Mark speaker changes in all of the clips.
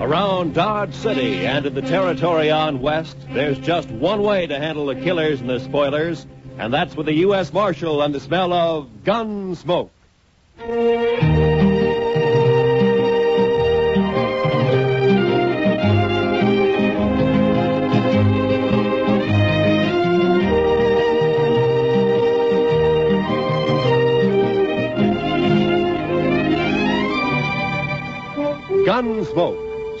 Speaker 1: Around Dodge City and in the territory on west, there's just one way to handle the killers and the spoilers, and that's with the U.S. Marshal and the smell of gun smoke. Gunsmoke,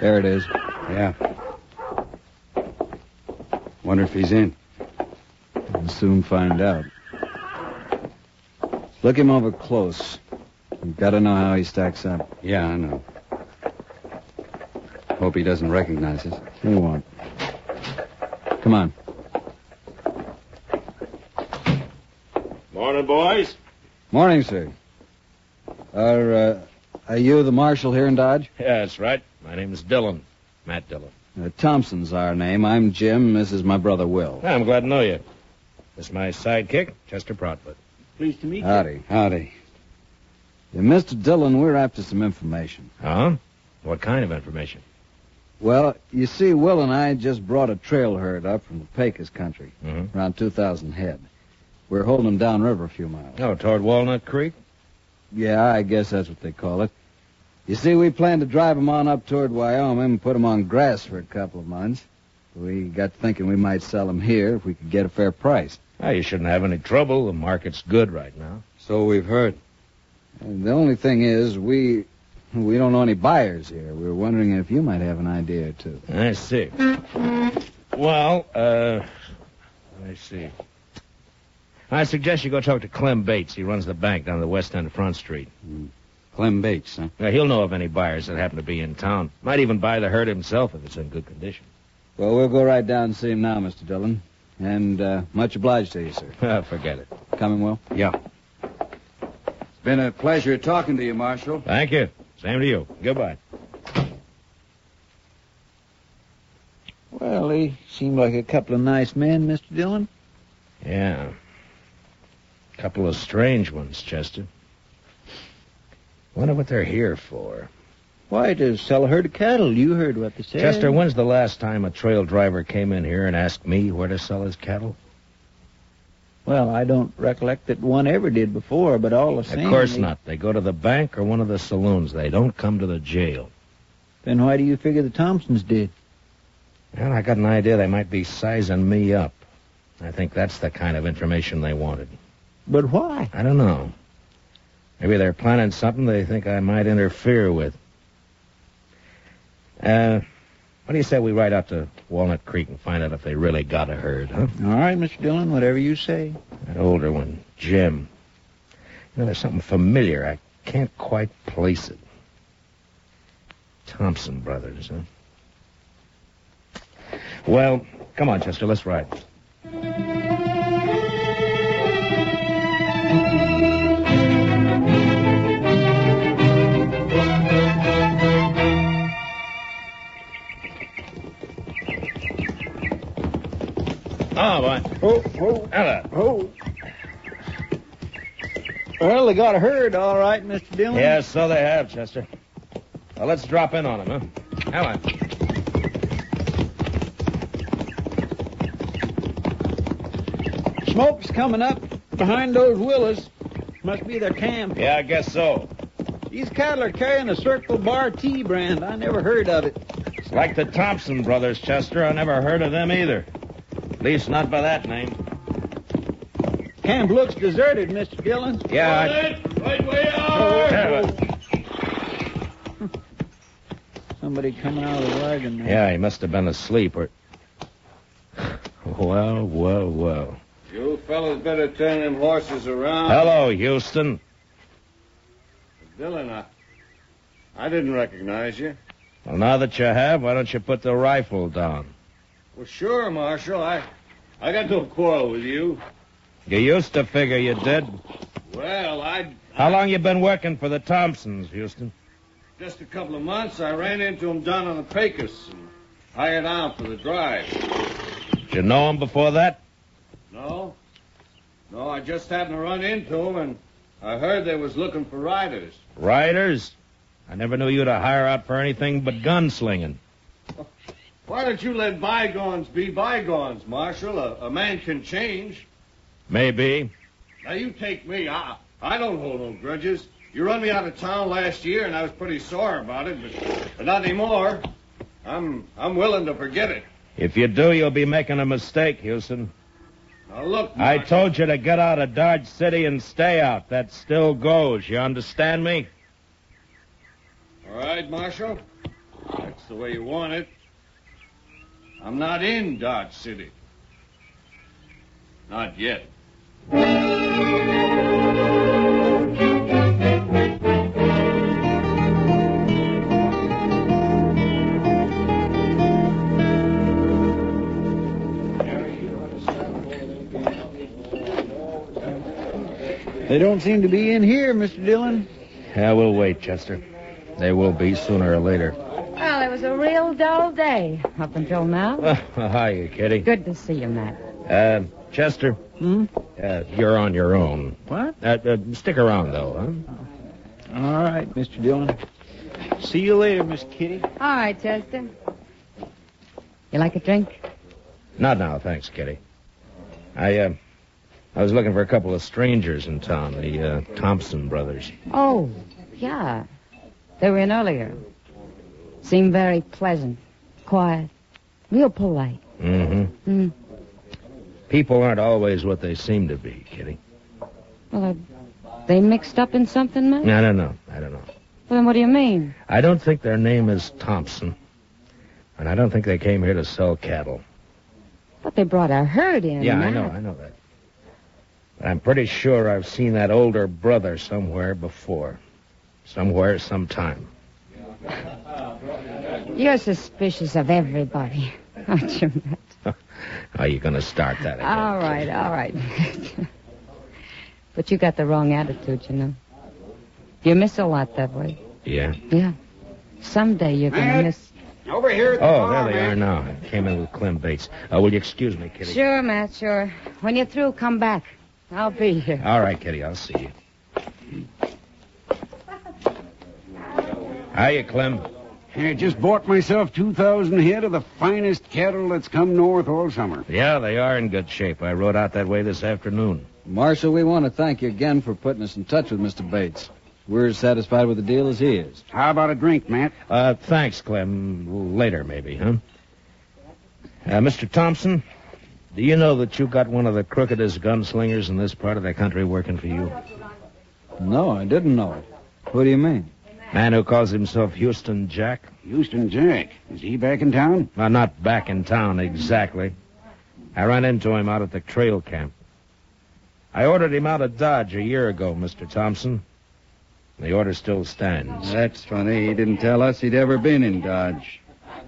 Speaker 2: There it is.
Speaker 3: Yeah. Wonder if he's in.
Speaker 2: We'll soon find out. Look him over close. You've got to know how he stacks up.
Speaker 3: Yeah, I know. Hope he doesn't recognize us.
Speaker 2: He won't. Come on.
Speaker 4: Morning, boys.
Speaker 2: Morning, sir. Are, uh, are you the marshal here in Dodge?
Speaker 4: Yeah, that's right. My name's Dillon. Matt Dillon.
Speaker 2: Uh, Thompson's our name. I'm Jim. This is my brother, Will.
Speaker 4: I'm glad to know you. This is my sidekick, Chester Proudfoot.
Speaker 5: Pleased to meet
Speaker 2: Howdy.
Speaker 3: Howdy.
Speaker 2: Yeah, Mr. Dillon, we're after some information.
Speaker 4: Huh? What kind of information?
Speaker 2: Well, you see, Will and I just brought a trail herd up from the Pecos country,
Speaker 4: Mm-hmm.
Speaker 2: around 2,000 head. We're holding them downriver a few miles.
Speaker 4: Oh, toward Walnut Creek?
Speaker 2: Yeah, I guess that's what they call it. You see, we planned to drive 'em on up toward Wyoming and put 'em on grass for a couple of months. We got thinking we might sell 'em here if we could get a fair price.
Speaker 4: Well, Ah, you shouldn't have any trouble. The market's good right now.
Speaker 3: So we've heard.
Speaker 2: And the only thing is, we we don't know any buyers here. We were wondering if you might have an idea or two.
Speaker 4: I see. Well, uh, I see. I suggest you go talk to Clem Bates. He runs the bank down the west end of Front Street.
Speaker 3: Clem Bates, huh?
Speaker 4: Now, he'll know of any buyers that happen to be in town. Might even buy the herd himself if it's in good condition.
Speaker 2: Well, we'll go right down and see him now, Mr. Dillon. And uh, much obliged to you, sir.
Speaker 4: Ah, forget it.
Speaker 2: Coming, Will?
Speaker 3: Yeah. It's been a pleasure talking to you, Marshal.
Speaker 4: Thank you. Same to you. Goodbye.
Speaker 2: Well, he seemed like a couple of nice men, Mr. Dillon.
Speaker 4: Yeah. Couple of strange ones, Chester. Wonder what they're here for.
Speaker 5: Why, to sell a herd of cattle. You heard what they said.
Speaker 4: Chester, when's the last time a trail driver came in here and asked me where to sell his cattle?
Speaker 5: Well, I don't recollect that one ever did before, but all the same.
Speaker 4: of course
Speaker 5: they-
Speaker 4: not. They go to the bank or one of the saloons. They don't come to the jail.
Speaker 5: Then why do you figure the Thompsons did?
Speaker 4: Well, I got an idea they might be sizing me up. I think that's the kind of information they wanted.
Speaker 5: But why?
Speaker 4: I don't know. Maybe they're planning something they think I might interfere with. Uh, what do you say we ride out to Walnut Creek and find out if they really got a herd, huh?
Speaker 5: All right, Mr. Dillon, whatever you say.
Speaker 4: That older one, Jim. You know, there's something familiar. I can't quite place it. Thompson Brothers, huh? Well, come on, Chester, let's ride. Oh, boy.
Speaker 5: Oh, oh,
Speaker 4: Ella.
Speaker 5: oh. Well, they got a herd, all right, Mr. Dillon.
Speaker 4: Yes, so they have, Chester. Well, let's drop in on them, huh? Come on.
Speaker 2: Smoke's coming up behind those willows. Must be their camp.
Speaker 4: Yeah, I guess so.
Speaker 2: These cattle are carrying a Circle Bar tea brand. I never heard of it.
Speaker 4: It's like the Thompson brothers, Chester. I never heard of them either. At least not by that name.
Speaker 2: Camp looks deserted, Mr. Dillon.
Speaker 4: Yeah, I...
Speaker 6: Right way
Speaker 2: Somebody coming out of the wagon. there.
Speaker 4: Yeah, he must have been asleep or. Well, well, well.
Speaker 7: You fellas better turn them horses around.
Speaker 4: Hello, Houston.
Speaker 7: Dillon, I, I didn't recognize you.
Speaker 4: Well, now that you have, why don't you put the rifle down?
Speaker 7: Well, sure, Marshal. I, I got no quarrel with you.
Speaker 4: You used to figure you did.
Speaker 7: Well, I
Speaker 4: How long you been working for the Thompsons, Houston?
Speaker 7: just a couple of months. I ran into them down on the Pecos and hired out for the drive.
Speaker 4: Did you know him before that?
Speaker 7: No, no, I just happened to run into them and I heard they was looking for riders.
Speaker 4: Riders? I never knew you to hire out for anything but gunslinging.
Speaker 7: Why don't you let bygones be bygones, Marshal? A, a man can change.
Speaker 4: Maybe.
Speaker 7: Now you take me. I I don't hold no grudges. You run me out of town last year, and I was pretty sore about it, but, but not anymore. I'm I'm willing to forget it.
Speaker 4: If you do, you'll be making a mistake, Houston.
Speaker 7: Now look,
Speaker 4: I
Speaker 7: Marshal,
Speaker 4: told you to get out of Dodge City and stay out. That still goes. You understand me?
Speaker 7: All right, Marshal. That's the way you want it. I'm not in Dodge City. Not yet.
Speaker 2: They don't seem to be in here, Mr. Dillon.
Speaker 4: Yeah, we'll wait, Chester. They will be sooner or later.
Speaker 8: Well, it was a real dull day up until now.
Speaker 4: hiya, Kitty.
Speaker 8: Good to see you, Matt.
Speaker 4: Uh, Chester,
Speaker 2: Hmm?
Speaker 4: uh, you're on your own.
Speaker 2: What?
Speaker 4: Uh, uh, stick around, though, huh?
Speaker 2: All right, Mr. Dillon. See you later, Miss Kitty.
Speaker 8: All right, Chester. You like a drink?
Speaker 4: Not now, thanks, Kitty. I, uh, I was looking for a couple of strangers in town, the uh, Thompson brothers.
Speaker 8: Oh, yeah. They were in earlier. Seemed very pleasant, quiet, real polite.
Speaker 4: Mm-hmm.
Speaker 8: Hmm.
Speaker 4: People aren't always what they seem to be, Kitty.
Speaker 8: Well, are they mixed up in something, Matt?
Speaker 4: I don't know. I don't know.
Speaker 8: Well, then what do you mean?
Speaker 4: I don't think their name is Thompson, and I don't think they came here to sell cattle.
Speaker 8: But they brought a herd in.
Speaker 4: Yeah, I
Speaker 8: Matt.
Speaker 4: know, I know that. But I'm pretty sure I've seen that older brother somewhere before. Somewhere, sometime.
Speaker 8: You're suspicious of everybody, aren't you, Matt?
Speaker 4: Are you going to start that again?
Speaker 8: All right, all right. but you got the wrong attitude, you know. You miss a lot that way.
Speaker 4: Yeah.
Speaker 8: Yeah. Someday you're going to
Speaker 7: Matt?
Speaker 8: miss.
Speaker 7: Over here at the
Speaker 4: Oh,
Speaker 7: bar,
Speaker 4: there they
Speaker 7: man.
Speaker 4: are now. I came in with Clem Bates. Uh, will you excuse me, Kitty?
Speaker 8: Sure, Matt, sure. When you're through, come back. I'll be here.
Speaker 4: All right, Kitty, I'll see you. Hiya, Clem.
Speaker 9: I just bought myself 2,000 head of the finest cattle that's come north all summer.
Speaker 4: Yeah, they are in good shape. I rode out that way this afternoon.
Speaker 10: Marshal, we want to thank you again for putting us in touch with Mr. Bates. We're as satisfied with the deal as he is.
Speaker 9: How about a drink, Matt?
Speaker 4: Uh, thanks, Clem. Later, maybe, huh? Uh, Mr. Thompson, do you know that you got one of the crookedest gunslingers in this part of the country working for you?
Speaker 10: No, I didn't know it. What do you mean?
Speaker 4: Man who calls himself Houston Jack?
Speaker 9: Houston Jack. Is he back in town?
Speaker 4: Well, not back in town exactly. I ran into him out at the trail camp. I ordered him out of Dodge a year ago, Mr. Thompson. The order still stands.
Speaker 7: That's funny. He didn't tell us he'd ever been in Dodge.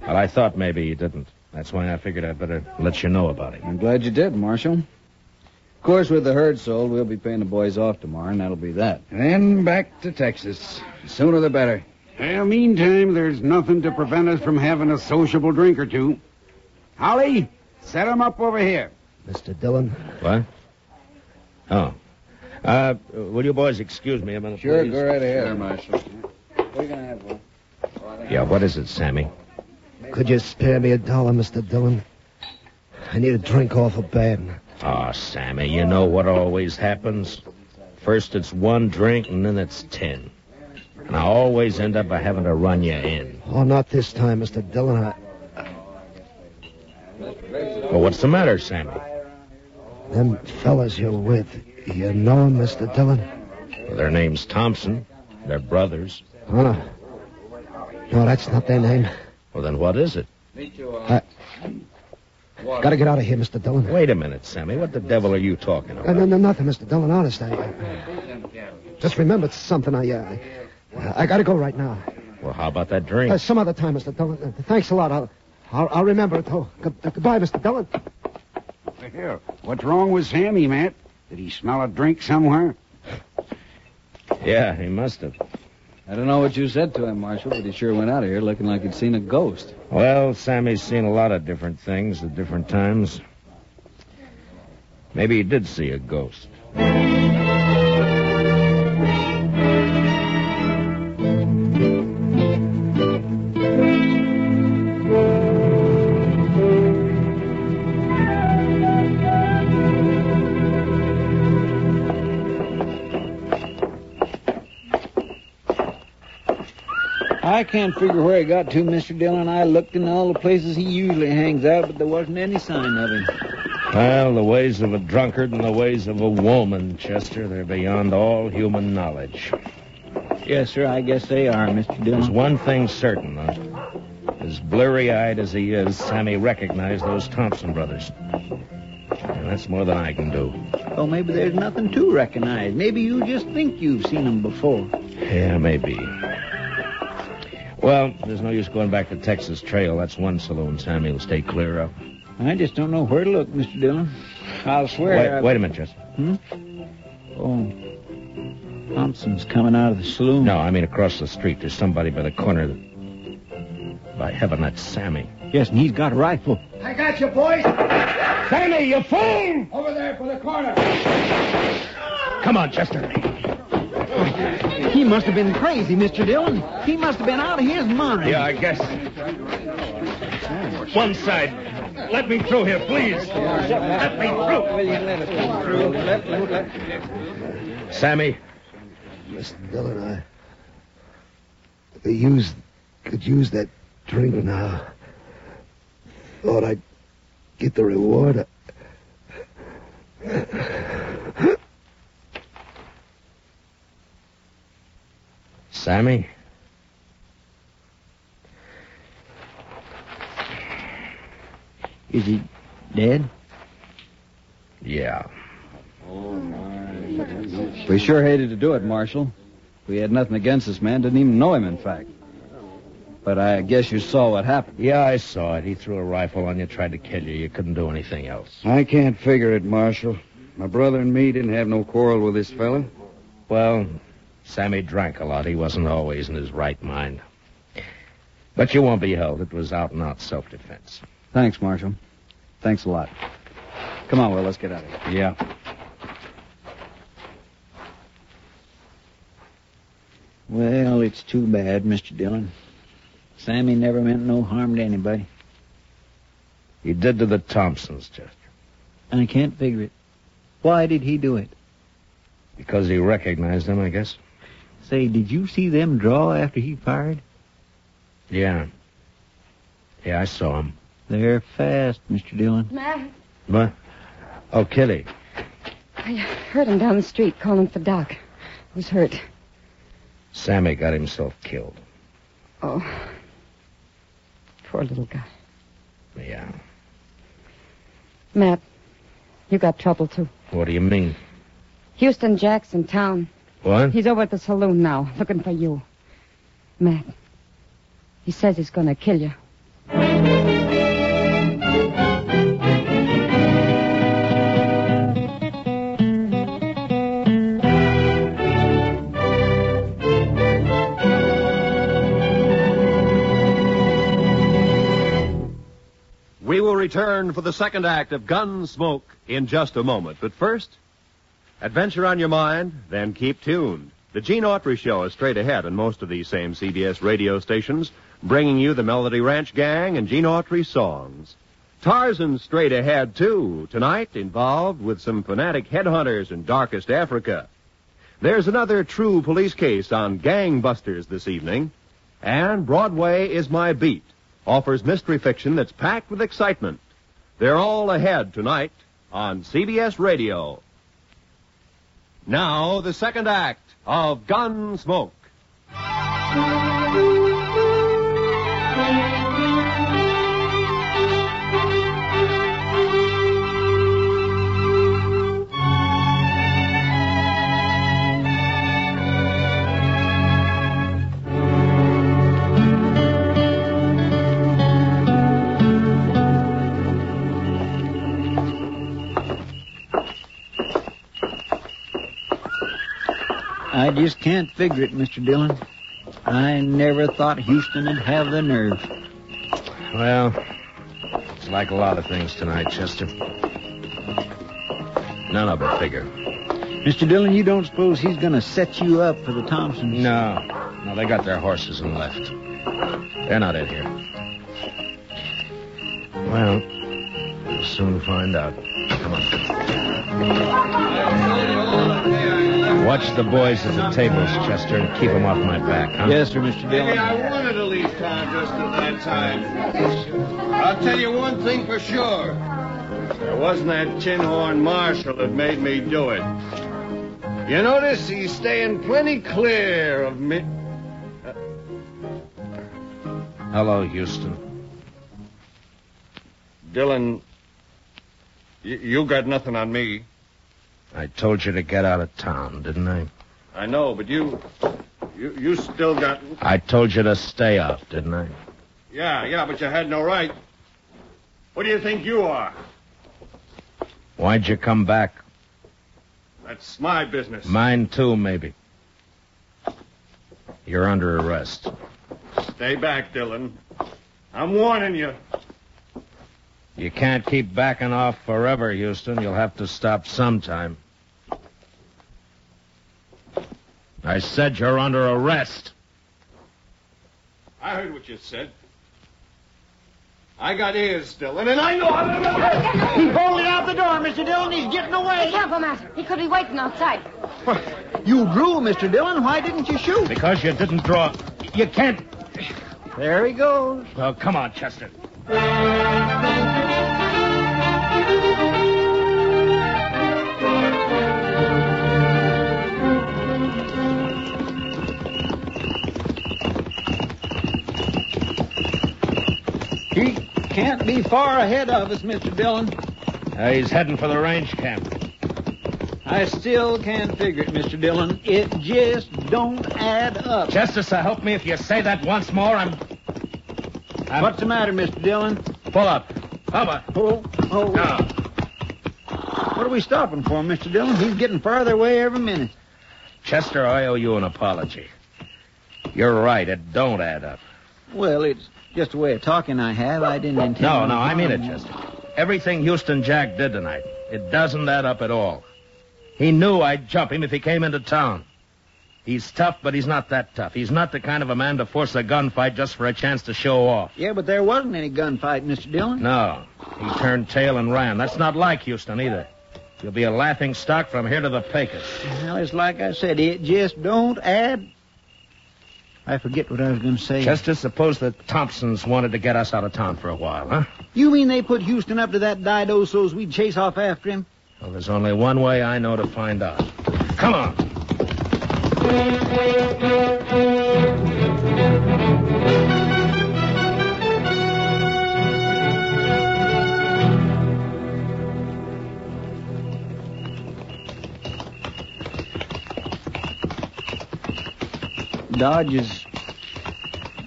Speaker 4: Well, I thought maybe he didn't. That's why I figured I'd better let you know about him.
Speaker 10: I'm glad you did, Marshal. Of course, with the herd sold, we'll be paying the boys off tomorrow, and that'll be that.
Speaker 7: Then back to Texas. Sooner the better.
Speaker 9: Well, meantime, there's nothing to prevent us from having a sociable drink or two. Holly, set 'em up over here.
Speaker 4: Mr. Dillon? What? Oh. Uh, will you boys excuse me a minute,
Speaker 10: Sure,
Speaker 4: please?
Speaker 10: go right ahead.
Speaker 7: Marshal.
Speaker 10: We're going to have one.
Speaker 4: Yeah, what is it, Sammy?
Speaker 11: Could you spare me a dollar, Mr. Dillon? I need a drink awful bad.
Speaker 4: Oh, Sammy, you know what always happens? First it's one drink, and then it's ten. And I always end up by having to run you in.
Speaker 6: Oh, not this time, Mr. Dillon. I,
Speaker 4: Well, what's the matter, Sammy?
Speaker 6: them fellas you're with, you know 'em, Mr. Dillon?
Speaker 4: Well, their name's Thompson. They're brothers.
Speaker 6: Oh, no. No, that's not their name.
Speaker 4: Well, then what is it?
Speaker 6: Gotta get out of here, Mr. Dillon.
Speaker 4: Wait a minute, Sammy. What the devil are you talking
Speaker 6: Uh, no,
Speaker 4: about?
Speaker 6: no, nothing, Mr. Dillon. Honest, I, I- just remembered something. I, uh, I, I gotta go right now.
Speaker 4: Well, how about that
Speaker 6: Uh,
Speaker 4: drink?
Speaker 6: some other time, Mr. Dillon. Uh, thanks a lot. I'll, I'll, I'll remember it. Oh, good- uh, goodbye, Mr. Dillon.
Speaker 9: Here, what's wrong with Sammy, Matt? Did he smell a drink somewhere?
Speaker 4: Yeah, he must have.
Speaker 10: I don't know what you said to him, Marshal, but he sure went out of here looking like he'd seen a ghost.
Speaker 4: Well, Sammy's seen a lot of different things at different times. Maybe he did see a ghost.
Speaker 2: I can't figure where he got to, Mr. Dillon. I looked in all the places he usually hangs out, but there wasn't any sign of him.
Speaker 4: Well, the ways of a drunkard and the ways of a woman, Chester, they're beyond all human knowledge.
Speaker 2: Yes, sir, I guess they are, Mr.
Speaker 4: There's
Speaker 2: Dillon.
Speaker 4: one thing certain, though. As blurry eyed as he is, Sammy recognized those Thompson brothers. And that's more than I can do.
Speaker 2: Oh, maybe there's nothing to recognize. Maybe you just think you've seen him before.
Speaker 4: Yeah, maybe. Well, there's no use going back to Texas Trail. That's one saloon Sammy will stay clear of.
Speaker 2: I just don't know where to look, Mr. Dillon. I'll swear. I-
Speaker 4: Wait, wait a minute, Chester.
Speaker 2: Oh, Thompson's coming out of the saloon.
Speaker 4: No, I mean across the street. There's somebody by the corner. That... By heaven, that's Sammy.
Speaker 2: Yes, and he's got a rifle.
Speaker 7: I got you, boys.
Speaker 4: Sammy, you fool!
Speaker 7: Over there for the corner.
Speaker 4: Come on, Chester.
Speaker 2: He must have been crazy, Mr. Dillon. He must have been out of his mind.
Speaker 4: Yeah, I guess. One side. Let me through here, please. Let me through. Sammy,
Speaker 6: Mr. Dillon, I. They use. Could use that drink now. Thought I'd get the reward.
Speaker 4: Sammy?
Speaker 2: Is he dead?
Speaker 4: Yeah.
Speaker 10: We sure hated to do it, Marshal. We had nothing against this man, didn't even know him, in fact. But I guess you saw what happened.
Speaker 4: Yeah, I saw it. He threw a rifle on you, tried to kill you. You couldn't do anything else.
Speaker 10: I can't figure it, Marshal. My brother and me didn't have no quarrel with this fella.
Speaker 4: Well, Sammy drank a lot. He wasn't always in his right mind. But you won't be held. It was out and out self defense.
Speaker 10: Thanks, Marshal. Thanks a lot. Come on, Will, let's get out of here.
Speaker 4: Yeah.
Speaker 2: Well, it's too bad, Mr. Dillon. Sammy never meant no harm to anybody.
Speaker 4: He did to the Thompsons, Chester,
Speaker 2: I can't figure it. Why did he do it?
Speaker 4: because he recognized them, I guess.
Speaker 2: Say, did you see them draw after he fired?
Speaker 4: Yeah. Yeah, I saw him.
Speaker 2: They're fast, Mr. Dillon.
Speaker 8: Matt,
Speaker 4: What? Oh, Kitty.
Speaker 8: I heard him down the street calling for Doc. Who's hurt?
Speaker 4: Sammy got himself killed.
Speaker 8: Oh. Poor little guy.
Speaker 4: Yeah.
Speaker 8: Matt, you got trouble too.
Speaker 4: What do you mean?
Speaker 8: Houston Jack's in town.
Speaker 4: What?
Speaker 8: He's over at the saloon now, looking for you. Matt, he says he's gonna kill you.
Speaker 1: We will return for the second act of Gunsmoke in just a moment. But first, adventure on your mind, then keep tuned. The Gene Autry Show is straight ahead on most of these same CBS radio stations, bringing you the Melody Ranch Gang and Gene Autry songs. Tarzan Straight Ahead, too, tonight involved with some fanatic headhunters in darkest Africa. There's another true police case on gangbusters this evening. And Broadway is My Beat offers mystery fiction that's packed with excitement. They're all ahead tonight on CBS Radio. Now, the second act of Gunsmoke.
Speaker 2: I just can't figure it, Mr. Dillon. I never thought Houston'd have the nerve.
Speaker 4: Well, it's like a lot of things tonight, Chester. None of it bigger.
Speaker 2: Mr. Dillon, you don't suppose he's going to set you up for the Thompsons?
Speaker 4: No. No, they got their horses and left. They're not in here. Well, we'll soon find out. Come on. Watch the boys at the tables, Chester, and keep them off my back, huh?
Speaker 2: Yes, sir, Mr.
Speaker 7: Maybe
Speaker 2: Dillon.
Speaker 7: I wanted to leave town just at that time. I'll tell you one thing for sure. There wasn't that tin horn marshal that made me do it. You notice he's staying plenty clear of me.
Speaker 4: Hello, Houston.
Speaker 7: Dylan, you, you got nothing on me.
Speaker 4: I told you to get out of town, didn't I?
Speaker 7: I know, but you, you, you still got.
Speaker 4: I told you to stay out, didn't I?
Speaker 7: Yeah, yeah, but you had no right. What do you think you are?
Speaker 4: Why'd you come back?
Speaker 7: That's my business.
Speaker 4: Mine too, maybe. You're under arrest.
Speaker 7: Stay back, Dylan. I'm warning you.
Speaker 4: You can't keep backing off forever, Houston. You'll have to stop sometime. I said you're under arrest.
Speaker 7: I heard what you said. I got ears, Dylan, and I know how to.
Speaker 2: He bolted out the door, Mr. Dillon. He's getting
Speaker 8: Hey,
Speaker 2: away.
Speaker 8: help him out. He could be waiting outside.
Speaker 2: You drew, Mr. Dillon. Why didn't you shoot?
Speaker 4: Because you didn't draw. You can't.
Speaker 2: There he goes.
Speaker 4: Oh, come on, Chester.
Speaker 2: He can't be far ahead of us, Mr. Dillon.
Speaker 4: Uh, he's heading for the range camp.
Speaker 2: I still can't figure it, Mr. Dillon. It just don't add up.
Speaker 4: Chester, sir, help me if you say that once more. I'm. I'm...
Speaker 2: What's the matter, Mr. Dillon?
Speaker 4: Pull up. Come on.
Speaker 2: Oh, oh.
Speaker 4: Now.
Speaker 2: What are we stopping for, Mr. Dillon? He's getting farther away every minute.
Speaker 4: Chester, I owe you an apology. You're right. It don't add up.
Speaker 2: Well, it's just a way of talking I have. I didn't intend.
Speaker 4: No,
Speaker 2: any
Speaker 4: no, I mean it,
Speaker 2: harm.
Speaker 4: Chester. Everything Houston Jack did tonight, it doesn't add up at all. He knew I'd jump him if he came into town. He's tough, but he's not that tough. He's not the kind of a man to force a gunfight just for a chance to show off.
Speaker 2: Yeah, but there wasn't any gunfight, Mr. Dillon.
Speaker 4: No. He turned tail and ran. That's not like Houston either. You'll be a laughing stock from here to the Pecos.
Speaker 2: Well, it's like I said, it just don't add. I forget what I was going to say.
Speaker 4: Chester, suppose the Thompsons wanted to get us out of town for a while, huh?
Speaker 2: You mean they put Houston up to that Dido so's we'd chase off after him?
Speaker 4: Well, there's only one way I know to find out. Come on.
Speaker 2: Dodge is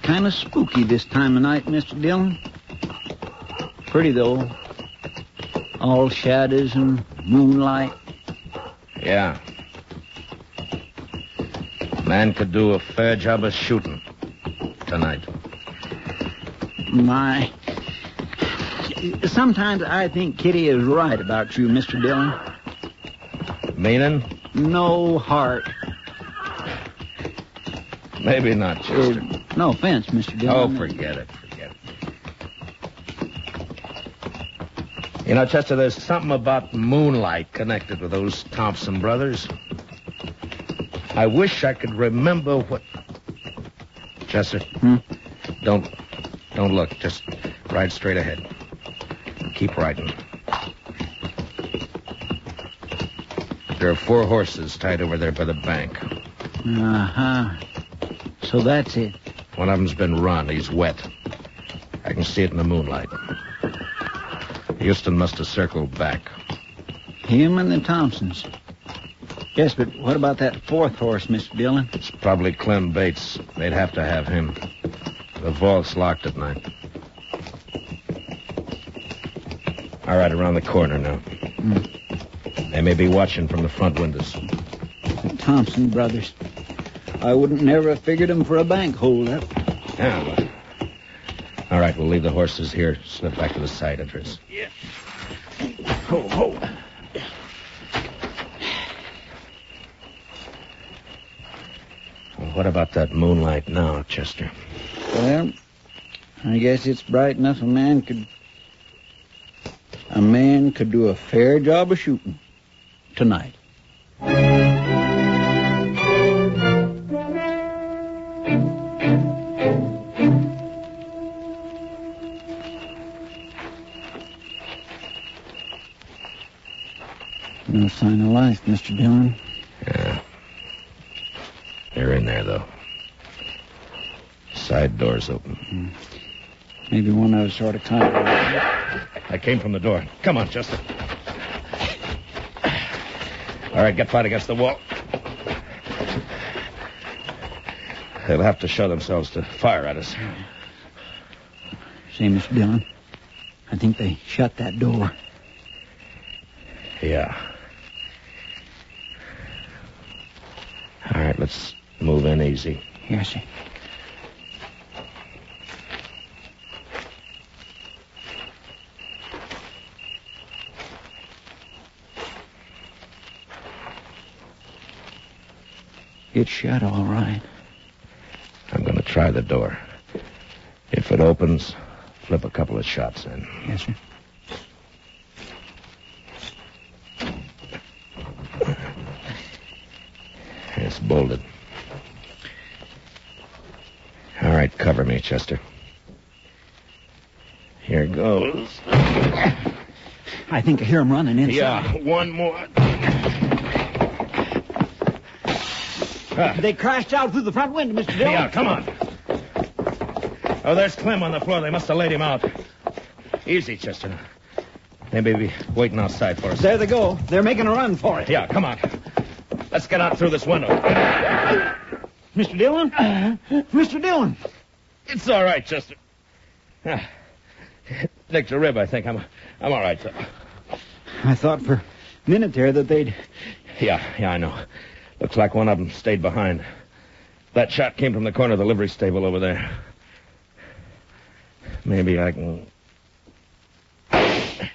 Speaker 2: kind of spooky this time of night, Mr. Dillon. Pretty, though. All shadows and moonlight.
Speaker 4: Yeah. Man could do a fair job of shooting tonight.
Speaker 2: My. Sometimes I think Kitty is right about you, Mr. Dillon.
Speaker 4: Meaning?
Speaker 2: No heart.
Speaker 4: Maybe not, Chester.
Speaker 2: No Uh, offense, Mr.
Speaker 4: oh,
Speaker 2: Dillon.
Speaker 4: forget it. Forget it. You know, Chester, there's something about moonlight connected with those Thompson brothers. I wish I could remember what. Chester, don't don't look. Just ride straight ahead. Keep riding. There are four horses tied over there by the bank.
Speaker 2: Uh huh. So that's it.
Speaker 4: One of them's been run. He's wet. I can see it in the moonlight. Houston must have circled back.
Speaker 2: Him and the Thompsons. Yes, but what about that fourth horse, Mr. Dillon?
Speaker 4: It's probably Clem Bates. They'd have to have him. The vault's locked at night. All right, around the corner now. They may be watching from the front windows.
Speaker 2: The Thompson brothers. I wouldn't never have figured 'em for a bank holdup.
Speaker 4: Yeah. well. All right, we'll leave the horses here. Slip back to the side entrance.
Speaker 2: Ho, ho.
Speaker 4: Well, what about that moonlight now, Chester?
Speaker 2: Well, I guess it's bright enough a man could. A man could do a fair job of shooting tonight. No sign of life, Mr. Dillon.
Speaker 4: Yeah. They're in there, though. Side door's open.
Speaker 2: Maybe one of us ought to contact.
Speaker 4: I came from the door. Come on, Chester. All right, get flat against the wall. They'll have to show themselves to fire at us.
Speaker 2: Say, Mr. Dillon, I think they shut that door.
Speaker 4: Yeah. All right, let's move in easy.
Speaker 2: Yes, sir. It shut all right.
Speaker 4: I'm going to try the door. If it opens, flip a couple of shots in.
Speaker 2: Yes, sir.
Speaker 4: It's bolted. All right, cover me, Chester. Here goes.
Speaker 2: I think I hear 'em running inside.
Speaker 4: Yeah, one more.
Speaker 2: They crashed out through the front window, Mr. Dillon.
Speaker 4: Yeah, come on. Oh, there's Clem on the floor. They must have laid him out. Easy, Chester. They may be waiting outside for us.
Speaker 2: There they go. They're making a run for it.
Speaker 4: Yeah, come on. Let's get out through this window.
Speaker 2: Mr. Dillon? Mr. Uh-huh. Dillon!
Speaker 4: It's all right, Chester. Ah, nicked a rib, I think. I'm, I'm all right, though.
Speaker 2: I thought for a minute there that they'd.
Speaker 4: Yeah, yeah, I know. Looks like one of them stayed behind. That shot came from the corner of the livery stable over there. Maybe I can.
Speaker 7: What's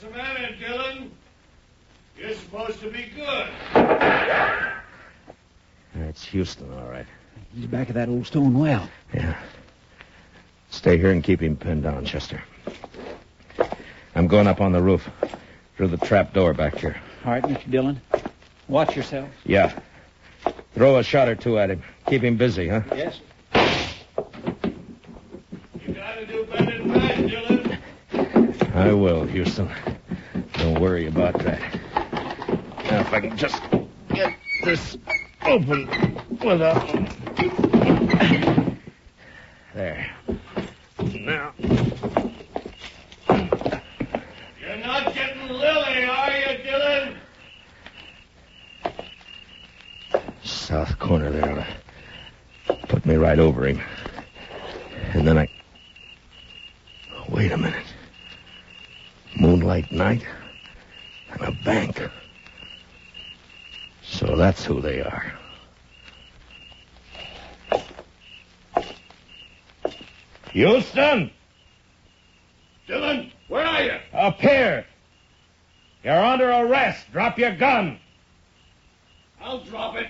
Speaker 7: the matter, Dylan? You're supposed to be good.
Speaker 4: It's Houston, all right.
Speaker 2: He's back of that old stone well.
Speaker 4: Yeah. Stay here and keep him pinned down, Chester. I'm going up on the roof through the trap door back here.
Speaker 2: All right, Mr. Dillon. Watch yourself.
Speaker 4: Yeah. Throw a shot or two at him. Keep him busy, huh?
Speaker 2: Yes.
Speaker 7: You gotta do better than that, Dylan.
Speaker 4: I will, Houston. Don't worry about that. Now, if I can just get this open without. There. Now.
Speaker 7: You're not getting Lily, are you, Dylan?
Speaker 4: south corner there. It'll Put me right over him. And then I. Wait a minute. Moonlight night and a bank. So that's who they are. Houston!
Speaker 7: Dylan, where are you?
Speaker 4: Up here! You're under arrest. Drop your gun.
Speaker 7: I'll drop it.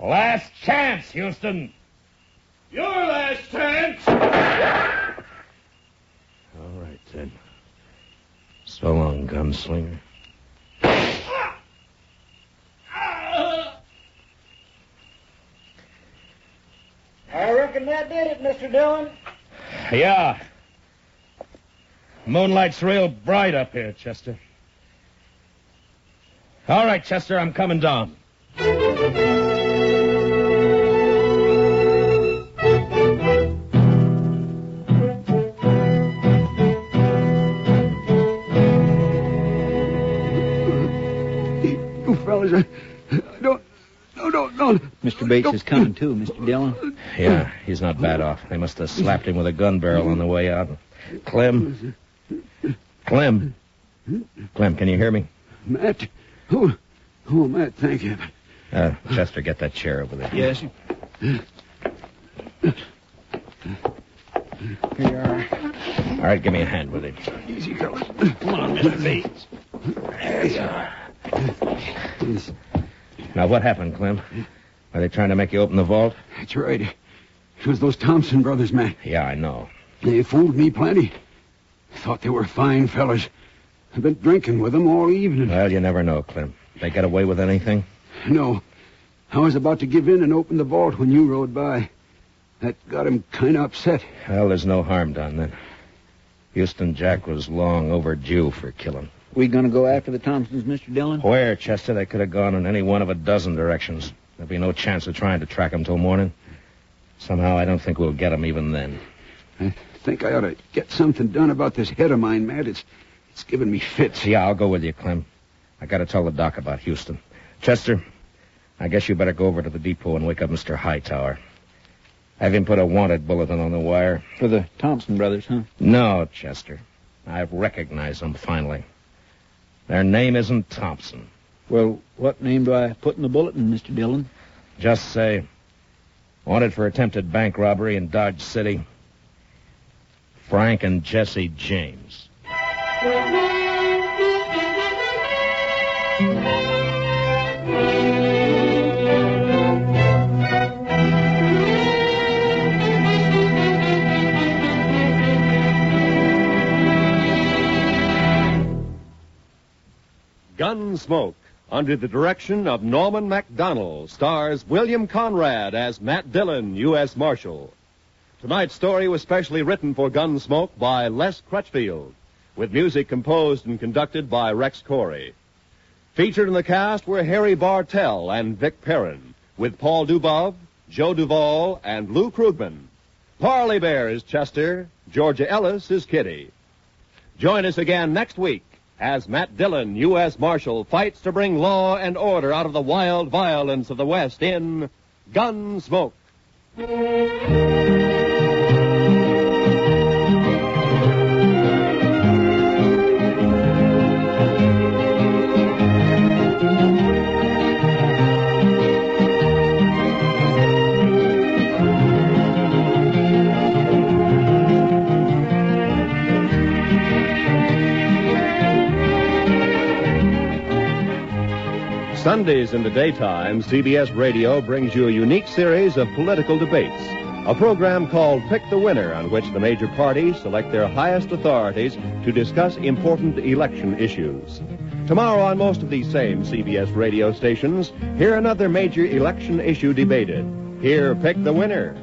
Speaker 4: Last chance, Houston.
Speaker 12: Your last chance!
Speaker 4: All right, then. So long, gunslinger.
Speaker 13: I reckon that did it, Mr. Dillon.
Speaker 4: Yeah. Moonlight's real bright up here, Chester. All right, Chester, I'm coming down.
Speaker 2: You fellas, I- I don't, no, don't, don't.
Speaker 14: Mr. Bates is coming too, Mr. Dillon.
Speaker 4: Yeah, he's not bad off. They must have slapped him with a gun barrel on the way out. Clem. Clem. Clem, can you hear me?
Speaker 2: Matt, who, who, Matt, thank you.
Speaker 4: Uh, Chester, get that chair over there.
Speaker 14: Yes. Here you are.
Speaker 4: All right, give me a hand with it.
Speaker 2: Easy, fellas.
Speaker 4: Come on, Mr. Bates. There you are. Now, what happened, Clem? Are they trying to make you open the vault?
Speaker 2: That's right. It was those Thompson brothers, Matt.
Speaker 4: Yeah, I know.
Speaker 2: They fooled me plenty. Thought they were fine fellas. I've been drinking with them all evening.
Speaker 4: Well, you never know, Clem. They get away with anything?
Speaker 2: No. I was about to give in and open the vault when you rode by. That got him kind of upset.
Speaker 4: Well, there's no harm done then. Houston Jack was long overdue for killing.
Speaker 14: We gonna go after the Thompsons, Mr. Dillon?
Speaker 4: Where, Chester? They could have gone in any one of a dozen directions. There'd be no chance of trying to track 'em till morning. Somehow, I don't think we'll get 'em even then.
Speaker 2: Think I ought to get something done about this head of mine, Matt. It's, it's giving me fits.
Speaker 4: Yeah, I'll go with you, Clem. I gotta tell the doc about Houston. Chester, I guess you better go over to the depot and wake up Mr. Hightower. Have him put a wanted bulletin on the wire.
Speaker 14: For the Thompson brothers, huh?
Speaker 4: No, Chester. I've recognized 'em finally. Their name isn't Thompson.
Speaker 14: Well, what name do I put in the bulletin, Mr. Dillon?
Speaker 4: Just say, wanted for attempted bank robbery in Dodge City, Frank and Jesse James.
Speaker 7: Gunsmoke, under the direction of Norman MacDonald, stars William Conrad as Matt Dillon, U.S. Marshal. Tonight's story was specially written for Gunsmoke by Les Crutchfield, with music composed and conducted by Rex Corey. Featured in the cast were Harry Bartell and Vic Perrin, with Paul Dubov, Joe Duvall, and Lou Krugman. Parley Bear is Chester, Georgia Ellis is Kitty. Join us again next week as Matt Dillon, U.S. Marshal, fights to bring law and order out of the wild violence of the West in Gunsmoke. Sundays in the daytime, CBS Radio brings you a unique series of political debates. A program called Pick the Winner, on which the major parties select their highest authorities to discuss important election issues. Tomorrow, on most of these same CBS radio stations, hear another major election issue debated. Hear Pick the Winner.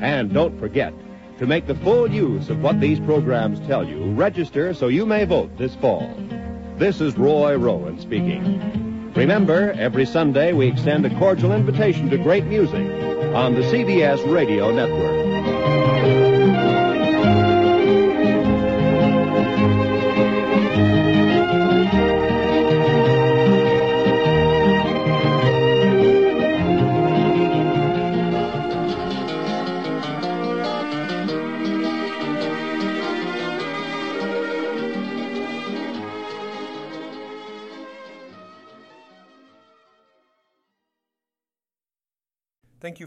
Speaker 7: And don't forget, to make the full use of what these programs tell you, register so you may vote this fall. This is Roy Rowan speaking. Remember, every Sunday we extend a cordial invitation to great music on the CBS Radio Network.
Speaker 15: Thank you